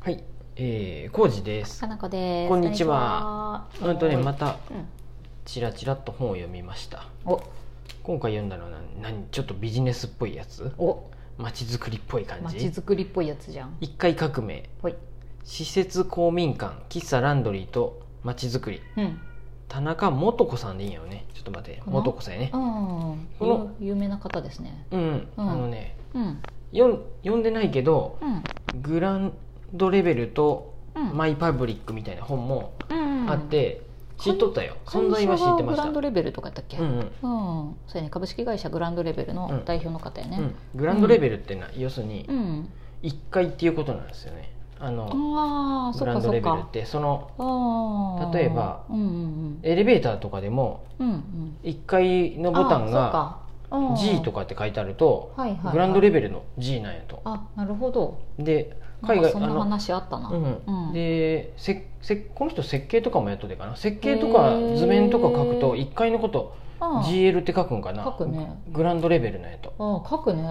はい、えー、コウジですか。なこです。こんにちはこんうんにちはとね、ま。たうんちらちらっと本を読みました。お、今回読んだのは何何ちょっとビジネスっぽいやつお、街づくりっぽい感まちじづくりっぽいやつじゃん。一回革命ほい。施設公民館喫茶ランドリーと街づくりうん。田中素子さんでいいんやよねちょっと待ってかな素子さんやねうん。この有有名な方ですね。うん、うんあのねうん。よん読んでないけどうん。グランドレベルとうん。マイパブリックみたいな本もうんあっ。て、知っとったよ存存在在はは知知っっててままし。したグラたンドレベルとかやったっけ。ううんうん。んそうやね。株式会社グランドレベルの代表の方やうねん。、グランドレベルってな、要するにうん。 1階っていうことなんですよねあのああ、そグっラかンドそレっベルかっ。てそのああ。例えばうんうんエレベーターとかでもうん。うんうん。 1階のボタンがあー G とかかって書いてあるとうんはいはいはいグランドレベルの G なんやとうん。あ、なるほど。でな海んか外そあんなの話あったな。うんうんでせせこの人設計とかもやっとでかな設計とか図面とか書くとへ1階のことああ GL って書くんかな書くねグランドレベルなんやと、うん、書くね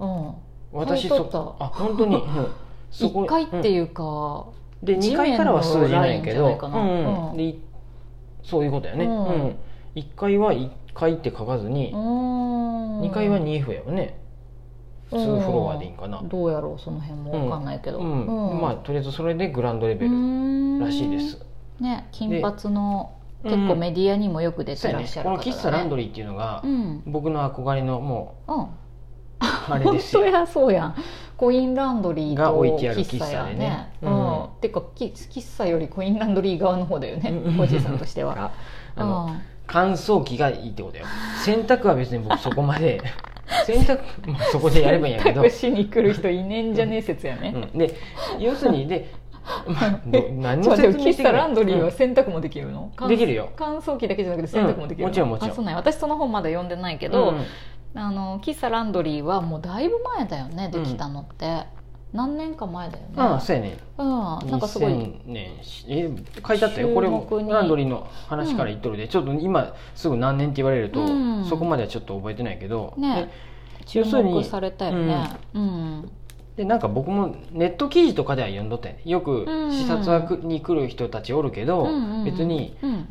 う。ん、うん。私書いそとったあ本当に、うんそこ一回っていうか、うんで2階からは数字ないけど地面のラインじゃないかうなんうんうんでいそういうことやね、ううんん1階は1階って書かずに、うん。 2階は 2F やよね普通フロアでいいんかな、うんどうやろう、その辺もわかんないけど。うんまあとりあえずそれでグランドレベルルらしいです、。ね、金髪ので結構メディアにもよく出そてうやらねっしゃるこ方のだ喫ね茶ランドリーっていうのがうん。僕の憧れのもうん。うあれ本です当よやそうやんコインランドリーがと置いてある喫茶喫や茶でねねううんんてかき喫茶よりコインランドリー側の方だよねうんおじいさんとしてはあうあのん乾燥機がいいってことよ洗濯は別に僕そこま で洗濯、まあ、そこでやればいいんやけど洗濯しに来る人いねんじゃねえ説やねうん、で要するにで、ま あ、ど何ちょのっと説明して喫い茶いランドリーはう洗濯もできるのんできるよ乾燥機だけじゃなくて洗濯もできうんるの、もちろんもちろんあそうなんや私その本まだ読んでないけけど、あの喫茶ランドリーはもうだいぶ前だよねできたのって、何年か前だよねああそうやねうん、なんかすごい2000年しえ書いてあったよこれも収録にランドリーの話から言っとるで、ちょっと今すぐ何年って言われると、うんそこまではちょっと覚えてないけど、ね注要するに目されたよねうん、ででなんか僕もネット記事とかでは読んどったよねよくうん視察はくに来る人たちおるけど、うんうん別にうん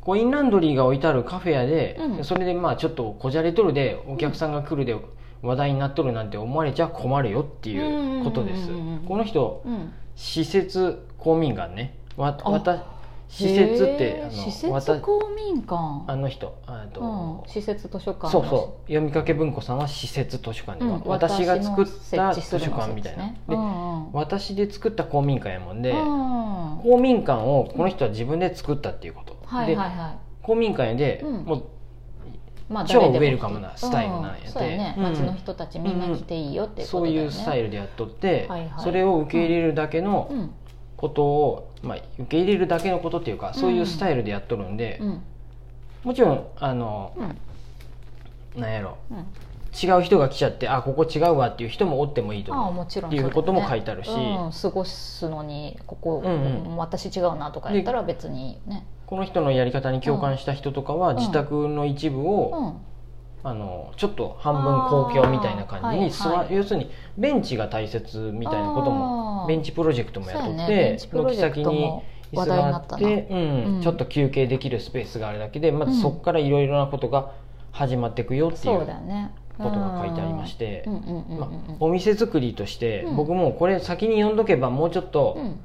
コインランドリーが置いてあるカフェやで、うんそれでまあちょっとこじゃれとるでお客さんが来るで話題になっとるなんて思われちゃ困るよっていうことです、うんうんうんうんこの人うん、施施設公民館ねわあわた施設ってあの施わ設た公民あ館、の人あと、うん、施設図書館のそうそう読みかけ文庫さんは施設図書館で、うん私が作っ私たの図設置す書るの館みたいな、そうですねでうんうん私で作った公民館やもんで、うん公民館をこの人は自分で作ったっていうこと、はいではいは公民館で、うんもうい、まあ、超誰でもウェルカムなスタイルなんやでうんそうやねうん街の人たちみんな来ていいよっていうこそとうだよいねうスタイルでやっとって、はいはいそれを受け入れるだけのうんことを、まあ、受け入れるだけのことっていうかそういうスタイルでやっとるんで、うんもちろんあのうんなんやろうん違う人が来ちゃってあここ違うわっていう人もおってもいいとああ思もちろんっていうことも書いてあるしうん、過ごすのにここ、うんうん私違うなとかやったら別にね、うこの人のやり方に共感した人とかはうん自宅の一部うを、ん、あのちょっと半分公共みたいな感じにあー座、はいはい要するにベンチが大切みたいなこともあーベンチプロジェクトもそうやっやとっねベてンチプロ軒ジェク先トにも椅子話題にがなあっったてな、うんうんちょっと休憩できるスペースがあるだけでまうずんそこからいろいろなことが始まっていくよっていうそうことだねが書いてありましててう。んうんうんうんまあ、お店作りとして、うん僕もこれ先に読んどけばもうちょっと、うん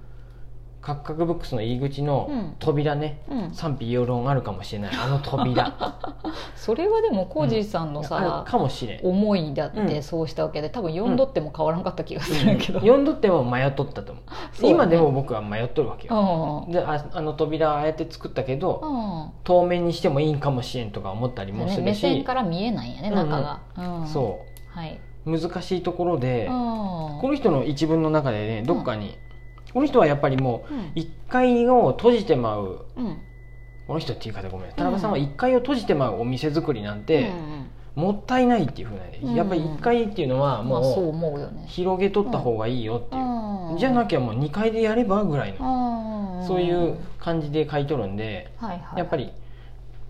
カクカクブックスの入り口うのん扉ね、うん、賛否両論あるかもしれないあの 扉それはでもコージーさんのあさる、かもしれん思いだっうんてそうしたわけで多分読んどっても変わらんかった気がするけど、読んどっても迷っとったと思うそう今でも僕は迷っとるわけよ、うでああの扉ああやって作ったけど、んうん透明にしてもいいんかもしれんとか思ったりもねする目し、線から見えないんやねうんうん中が、うんそはい、う難しいところで、うんこの人の一文の中でねどっかに、この人はやっぱりもうんう1階を閉じてまううんこの人って言い方ごめん田中さんは1階を閉じてまうお店作りなんうんうて、んもったいないっていうふうなね、うんやっぱり1階っていうのはまあそうもう思うよね広げとった方がいいよっていう、じゃなくきゃもう2階でやればぐらいの、てそういう感じで書いとるんで、はいはい、やっぱり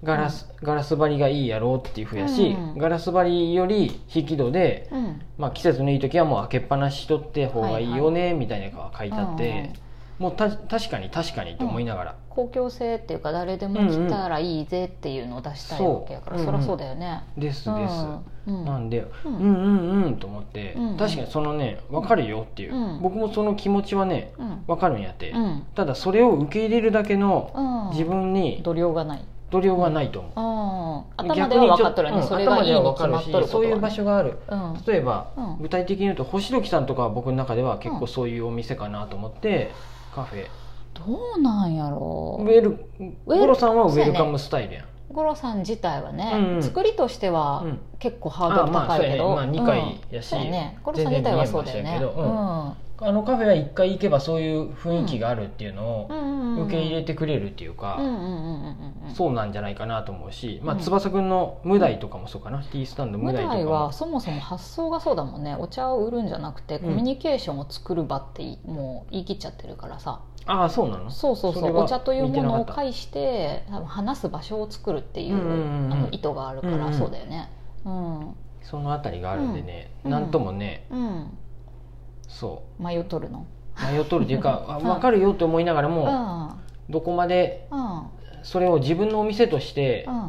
ガラスガラス張りがいいやろうっていうふうやし、うんガラス張りより引き戸で、うんまあ、季節のいい時はもう開けっぱなしとって方がいいよねみたいなのが書いてあって、うんうんもうた確かに確かにと思いながら、公共性っていうか誰でも来たらいいぜっていうのを出したいわけやから、そうそりゃそうだよね。ですです、うんうんなんで、ううんん、うんうんと思って、うん確かにそのね分かるよっていう、うん僕もその気持ちはねうん分かるんやって、うんただそれを受け入れるだけのうん自分に度量がない、度量はないと思う、うん、頭逆でにちょはっと分かっとるよね、うんそれがいいに決頭まっでとは分かるしることそうはねいう場所があるうん例えば、うん具体的に言うと星時さんとかは僕の中では結構そういうお店かなと思って、カフェどうなんやろウうェルルゴロさんはウそうやェねルカムスタイルやん五郎さん自体はね、うんうん作りとしてはうん結構ハードル高いけど、あまあそうやねまあ二回やしうんそうやね五郎さん自体はそうだよね全然見えましたけどうんあのカフェは一回行けばそういう雰囲気があるっていうのをうんうんうん受け入れてくれるっていうか、うんうんうんうんうんそうなんじゃないかなと思うし、まあ、うん翼くんの無題とかもそうかな、ティースタンド無無題とか題はもそもそも発想がそうだもんねお茶を売るんじゃなくてんコミュニケーションを作る場っていもう言い切っちゃってるからさ、ああそうなのそうそうそそれうはお茶というもの見をてなかった介して多分話す場所を作るっていう,、うんうんうんあの意図があるかうんうらんそうだよねうん、うんそのあたりがあるんでね、うんなんともねそ迷っとるのう迷っとるっていう かあうん分かるよって思いながらうも、んどこまでうそれを自分のお店として、んあ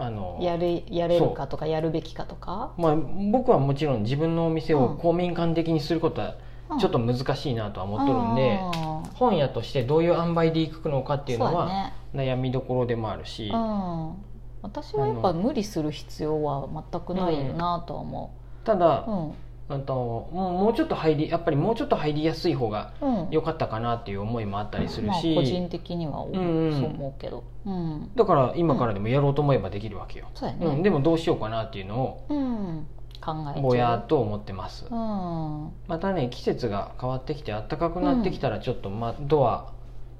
うんやのれやれるかとかやるべきかとか、まあ、僕はもちろん自分のお店うをん公民館的にすることはうんちょっと難しいなとは思っとるんで、うん本屋としてどういう塩梅でいくのかっていうのそうだはね悩みどころでもあるし、うん私はやっぱ無理する必要は全くないよなとは思ただう、うんあともうもうちょっと入りやっぱりもうちょっと入りやすい方がうん良かったかなっていう思いもあったりするし、まあ、個人的にはそううんうん思うけど、うんだから今からでもやろうと思えばできるわけよ、そうやね、うんでもどうしようかなっていうのをうん考えちゃうぼやっと思ってます、うんまたね季節が変わってきて暖かくなってきたらちょっと、ま、ドア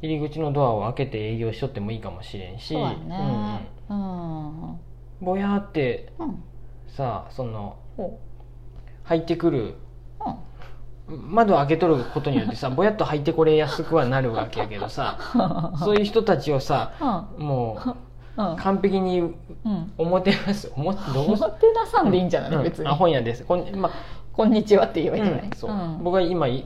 入り口のドアを開けて営業しとってもいいかもしれんしそうやねうんうんうんぼやってうんさそのお入ってくるうん窓を開けとることによって さぼやっと入ってこれやすくはなるわけやけどさ そういう人たちをさもう うん完璧にうんおもてなすおも どおうすもてなさんでいいんじゃない、うん別に、あ本屋ですこん、まこんにちはって言えばういいんじゃない、ん、そう、ん僕は今い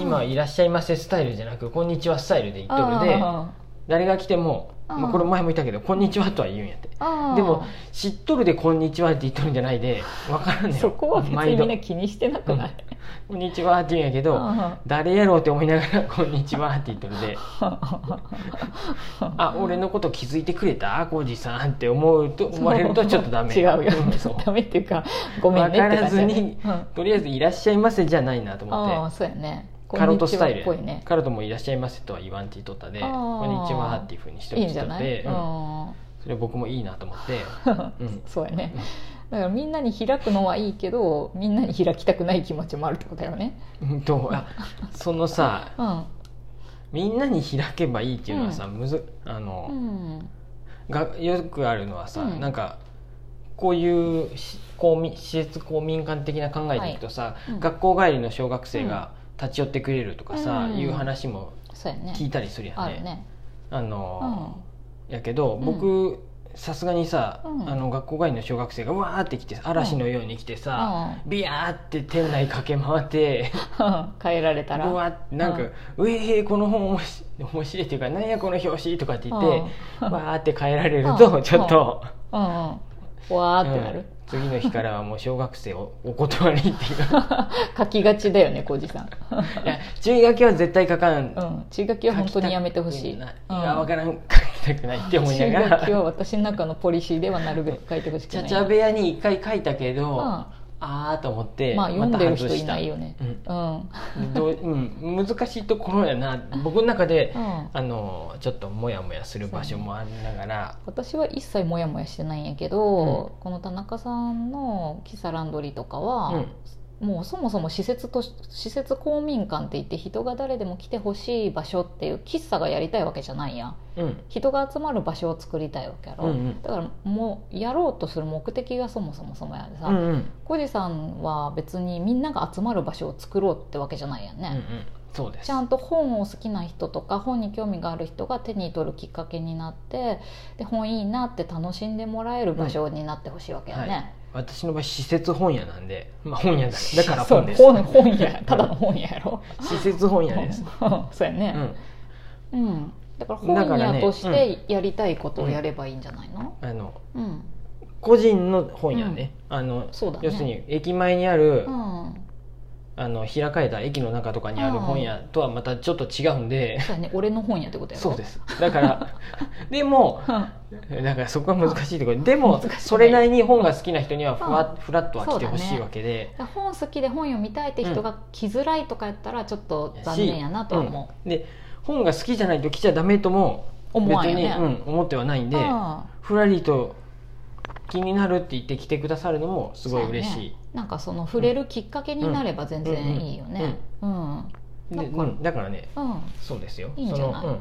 今いらっしゃいませスタイルじゃなくこんにちはスタイルで言っとるであ誰が来ても、あーまあ、これ前も言ったけどこんにちはとは言うんやってーでも知っとるでこんにちはって言っとるんじゃないで分からんねんそこは別にみんな毎度気にしてなくない、こんにちはって言うんやけうど、ん誰やろうって思いながら「こんにちは」って言っとるで「あ俺のこと気づいてくれたコージさん」って思うと思われるとちょっとダメ違うよ、んそうダメっていうかごめんねって感じだね分とりあえず「いらっしゃいませ」じゃないなとうん、あ思あってそうやねカロトスタイこルんにちはっぽいねカロトも「いらっしゃいませ」とは言わんって言っとったで「あこーんにちは」っていうふうにしといいっんじゃたない、でううんんそれ僕もいいなと思ってうんそうやねだからみんなに開くのはいいけどみんなに開きたくない気持ちもあるってことだよねうんとあそのさうんみんなに開けばいいっていうのはさむずあの、うんがよくあるのはさ、うんなんかこういうし公民施設公民館的な考えでいくとさ、いうん学校帰りの小学生が立ち寄ってくれるとかさ、うんいう話もそうやね聞いたりするやあんね。るねあうのんやけどん僕さすがにさ、うんあの学校帰りの小学生がわーって来て嵐のように来てさ、うビヤーって店内駆け回って。ん変えられたらうわなんか「うえーこの本おもし面白い」っていうか「なんやこの表紙」とかって言ってうんわーって変えられるとうんちょっとうんうんわーってなる、うん次の日からはもう小学生をお断りっていうか書きがちだよね小路さん、いや注意書きは絶対書かん、うん、注意書きは本当にやめてほしい書きたくうんないいやわからん書きたくないって思いなが注意書きはら私の中のポリシーではなるべく書いてほしくちないゃちゃ部屋に一回書いたけど、うんああーと思ってまあ読んでる人また外いしたないよねうんうんどううん、難しいところやな僕の中で、うんあのちょっとモヤモヤする場所もありながら、私は一切モヤモヤしてないんやけど、この田中さんのキサランドリーとかは、もうそもそも施設とし施設公民館って言って人が誰でも来てほしい場所っていう喫茶がやりたいわけじゃないやんうん人が集まる場所を作りたいわけやうろ、んうんだからもうやろうとする目的がそもそもそもやでうんさうんうんコジ、さんは別にみんなが集まる場所を作ろうってわけじゃないやんね、うんそうですちゃんと本を好きな人とか本に興味がある人が手に取るきっかけになってで本いいなって楽しんでもらえる場所になってほしいわけやね、はい私の場合施設本屋なんで、まあ、本屋だだからそう本です本本屋ただの本屋やろ施設本屋です、そうやうね、ん、うんだからだか本ら屋ねとしてやりたいことをやればいいんじゃないのあのうん、個人の本屋ね、あのそうだ要ねするに駅前にある、うん、あの開かれた駅の中とかにある本屋とはまたちょっと違うんで、そうやね俺の本屋ってことやろそうですだから でもうんだからそこは難しいところでも難しいねそれなりに本が好きな人にはふわうふらっとは来てほしいわけで、本好きで本読みたいって人が来づらいとかやったらちょっと残念やなとは思うんで本が好きじゃないと来ちゃダメともう、思わん別よに、ね、うん、思ってはないんで、うんふらりと気になるって言って来てくださるのもすごい嬉しい。なんかその触れるきっかけになれば全然いいよねうんうんでなうんんかだ,、からねそうですよいいんじゃないその、うん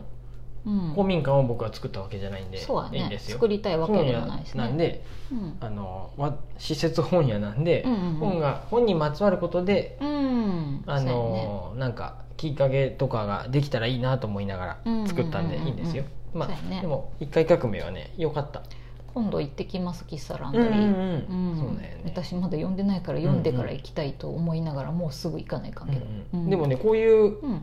うん、公民館を僕は作ったわけじゃないんでそうやいいんねですよ作りたいわけ本で屋はないしねなんでうんあのわ施設本屋なんで、うんうんうん本が本にまつわることでうんあの、なんかきっかけとかができたらいいなと思いながうんうんうんうんうんら作ったんでいいんですよ。まそうやあ、ねでも一回革命はね良かった。今度行ってきます喫茶ランうドんリうんー、ううんんそうだよね。私まだ読んでないから読んでから行きたいと思いながらもうすぐ行かないかんけど、うんうんでもねねこういううん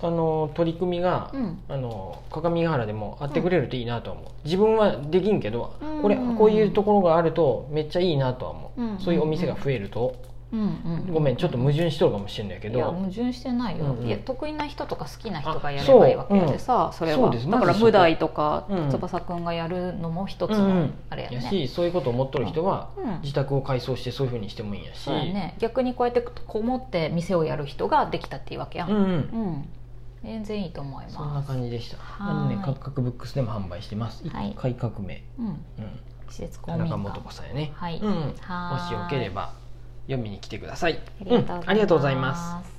あの取り組みが、うんあの鏡ヶ原でもあってくれるといいなとは思う。自分はできんけど、うんこれこういうところがあるとめっちゃいいなとは思う。うんうんそういうお店が増えると、うんうんごめんちょっと矛盾しとるかもしれないけいやど。矛盾してないよ、うんうんいや得意な人とか好きな人がやればいいわけやでさそ,、ううんれそはうですだかまらずそこ無題とか、うん翼くんがやるのも一つうんうのんあれややね、しそういうことを思っとる人は、うん自宅を改装してそういうふうにしてもいいんやしそうやね逆にこうやってこもって店をやる人ができたっていうわけやん、うんうんうん全然いいと思いますそんな感じでしたはあのーいね「各各ブックス」でも販売してます一はい回革命、うん、うん、施設公田民館中素子さんやね、はいうん、もはーいしよければ読みに来てくださいありがとうございます。うんありがとうございますす